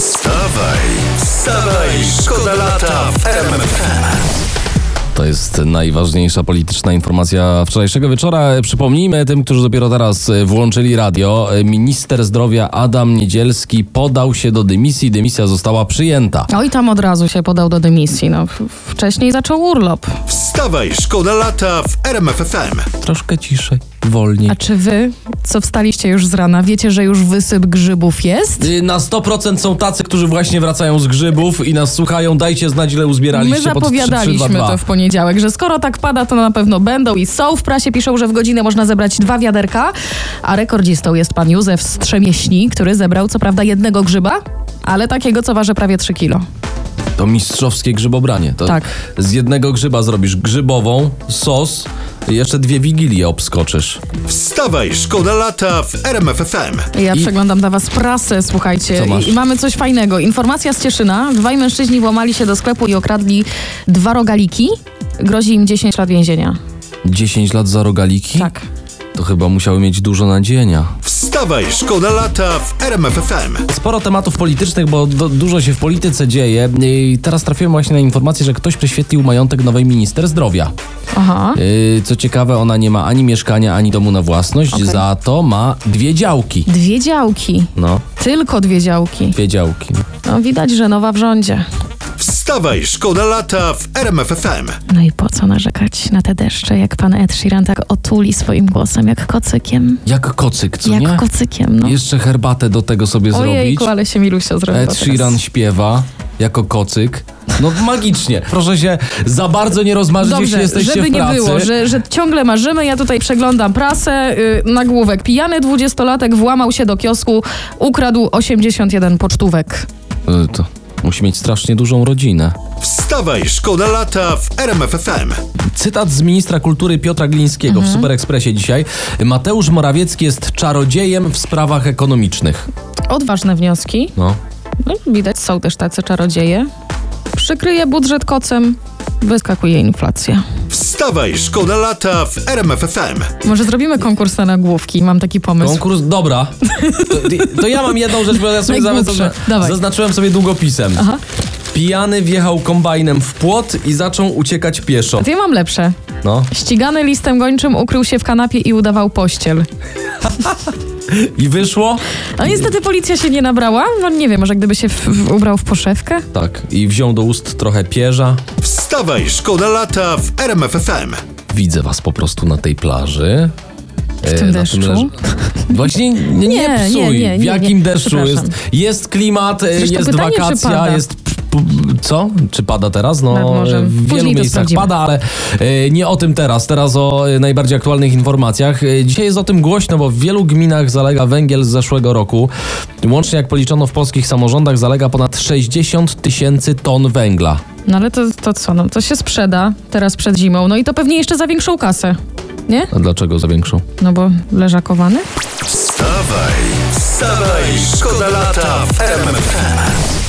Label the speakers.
Speaker 1: Wstawaj, wstawaj, szkoda lata w RMFFM.
Speaker 2: To jest najważniejsza polityczna informacja wczorajszego wieczora. Przypomnijmy tym, którzy dopiero teraz e, włączyli radio. e, Minister zdrowia Adam Niedzielski podał się do dymisji. Dymisja została przyjęta.
Speaker 3: No i tam od razu się podał do dymisji. No, w- wcześniej zaczął urlop.
Speaker 1: Wstawaj, szkoda lata w RMFFM.
Speaker 2: Troszkę ciszej, wolniej.
Speaker 3: A czy wy, co wstaliście już z rana, wiecie, że już wysyp grzybów jest?
Speaker 2: Y, Na 100% są tacy, którzy właśnie wracają z grzybów i nas słuchają. Dajcie znać, ile uzbieraliście
Speaker 3: My
Speaker 2: pod 3, 3, 2,
Speaker 3: zapowiadaliśmy
Speaker 2: 2.
Speaker 3: to w poniedziałek, że skoro tak pada, to na pewno będą i są. W prasie piszą, że w godzinę można zebrać dwa wiaderka, a rekordzistą jest pan Józef z Trzemieśni, który zebrał co prawda jednego grzyba, ale takiego, co waży prawie 3 kilo.
Speaker 2: To mistrzowskie grzybobranie. To
Speaker 3: Tak.
Speaker 2: Z jednego grzyba zrobisz grzybową, sos, jeszcze dwie wigilie obskoczysz.
Speaker 1: Wstawaj, szkoda lata w RMFFM.
Speaker 3: Ja
Speaker 2: I-
Speaker 3: przeglądam dla was prasę,
Speaker 2: Co
Speaker 3: słuchajcie.
Speaker 2: masz?
Speaker 3: I- I mamy coś fajnego. Informacja z Cieszyna. Dwaj mężczyźni włamali się do sklepu i okradli dwa rogaliki. Grozi im 10 lat więzienia.
Speaker 2: 10 lat za rogaliki?
Speaker 3: Tak.
Speaker 2: To chyba musiały mieć dużo nadzienia.
Speaker 1: Wstawaj, szkoda lata w RMFFM.
Speaker 2: Sporo tematów politycznych, bo do, dużo się w polityce dzieje. I teraz trafiłem właśnie na informację, że ktoś prześwietlił majątek nowej minister zdrowia.
Speaker 3: Aha.
Speaker 2: Yy, co ciekawe, ona nie ma ani mieszkania, ani domu na własność,
Speaker 3: Okej.
Speaker 2: za to ma dwie działki.
Speaker 3: Dwie działki.
Speaker 2: No,
Speaker 3: Tylko dwie działki.
Speaker 2: dwie działki.
Speaker 3: No widać, że nowa w rządzie.
Speaker 1: Wstawaj, szkoda lata w RMFFM.
Speaker 3: No i po co narzekać na te deszcze, jak pan Ed Sheeran tak otuli swoim głosem, jak kocykiem.
Speaker 2: Jak kocyk, co
Speaker 3: jak
Speaker 2: nie?
Speaker 3: kocykiem, no.
Speaker 2: Jeszcze herbatę do tego sobie
Speaker 3: Ojejku,
Speaker 2: zrobić.
Speaker 3: ale się Milusia zrobiła
Speaker 2: Ed Sheeran
Speaker 3: teraz.
Speaker 2: śpiewa jako kocyk. No magicznie. Proszę się za bardzo nie rozmarzyć, jeśli
Speaker 3: Dobrze,
Speaker 2: jesteście
Speaker 3: żeby
Speaker 2: w
Speaker 3: nie
Speaker 2: pracy.
Speaker 3: było, że, że ciągle marzymy, ja tutaj przeglądam prasę, yy, nagłówek. Pijany dwudziestolatek włamał się do kiosku, ukradł 81 pocztówek.
Speaker 2: Y, To musi mieć strasznie dużą rodzinę.
Speaker 1: Wstawaj, szkoda lata w RMFFM.
Speaker 2: Cytat z ministra kultury Piotra Glińskiego
Speaker 3: Mhm.
Speaker 2: w Superekspresie dzisiaj. Mateusz Morawiecki jest czarodziejem w sprawach ekonomicznych.
Speaker 3: Odważne wnioski.
Speaker 2: No.
Speaker 3: No, widać, są też tacy czarodzieje. Przykryje budżet kocem, wyskakuje inflacja.
Speaker 1: Wstawaj, szkoda lata w RMFFM.
Speaker 3: Może zrobimy konkurs na nagłówki, mam taki pomysł.
Speaker 2: Konkurs, dobra. To, to ja mam jedną rzecz, bo ja sobie
Speaker 3: Najgłupsze.
Speaker 2: zaznaczyłem,
Speaker 3: Dawaj.
Speaker 2: zaznaczyłem sobie długopisem.
Speaker 3: Aha.
Speaker 2: Pijany wjechał kombajnem w płot i zaczął uciekać pieszo.
Speaker 3: Ja mam lepsze.
Speaker 2: No.
Speaker 3: Ścigany listem gończym ukrył się w kanapie i udawał pościel.
Speaker 2: I wyszło?
Speaker 3: No niestety policja się nie nabrała. No nie wiem, może gdyby się w, w, ubrał w poszewkę?
Speaker 2: Tak. I wziął do ust trochę pierza.
Speaker 1: Wstawaj, szkoda lata w RMFFM.
Speaker 2: Widzę was po prostu na tej plaży. E,
Speaker 3: W tym deszczu?
Speaker 2: Właśnie nie, nie,
Speaker 3: Nie, nie,
Speaker 2: psuj.
Speaker 3: nie, nie,
Speaker 2: w
Speaker 3: nie.
Speaker 2: jakim deszczu jest?
Speaker 3: Przepraszam.
Speaker 2: Jest klimat, e,
Speaker 3: Zresztą
Speaker 2: jest
Speaker 3: pytanie, czy
Speaker 2: wakacja,
Speaker 3: pada?
Speaker 2: jest. p- p- Co? Czy pada teraz?
Speaker 3: Nad
Speaker 2: No,
Speaker 3: morzem.
Speaker 2: e, w
Speaker 3: Później
Speaker 2: wielu
Speaker 3: to
Speaker 2: miejscach
Speaker 3: sprawdzimy.
Speaker 2: pada, ale e, nie o tym teraz. Teraz o e, najbardziej aktualnych informacjach. E, Dzisiaj jest o tym głośno, bo w wielu gminach zalega węgiel z zeszłego roku. Łącznie, jak policzono w polskich samorządach, zalega ponad 60 tysięcy ton węgla.
Speaker 3: No ale to, to co, no to się sprzeda teraz przed zimą, no i to pewnie jeszcze za większą kasę, nie?
Speaker 2: A dlaczego za większą?
Speaker 3: No bo leżakowany?
Speaker 1: Wstawaj, wstawaj, szkoda lata w RMFFM.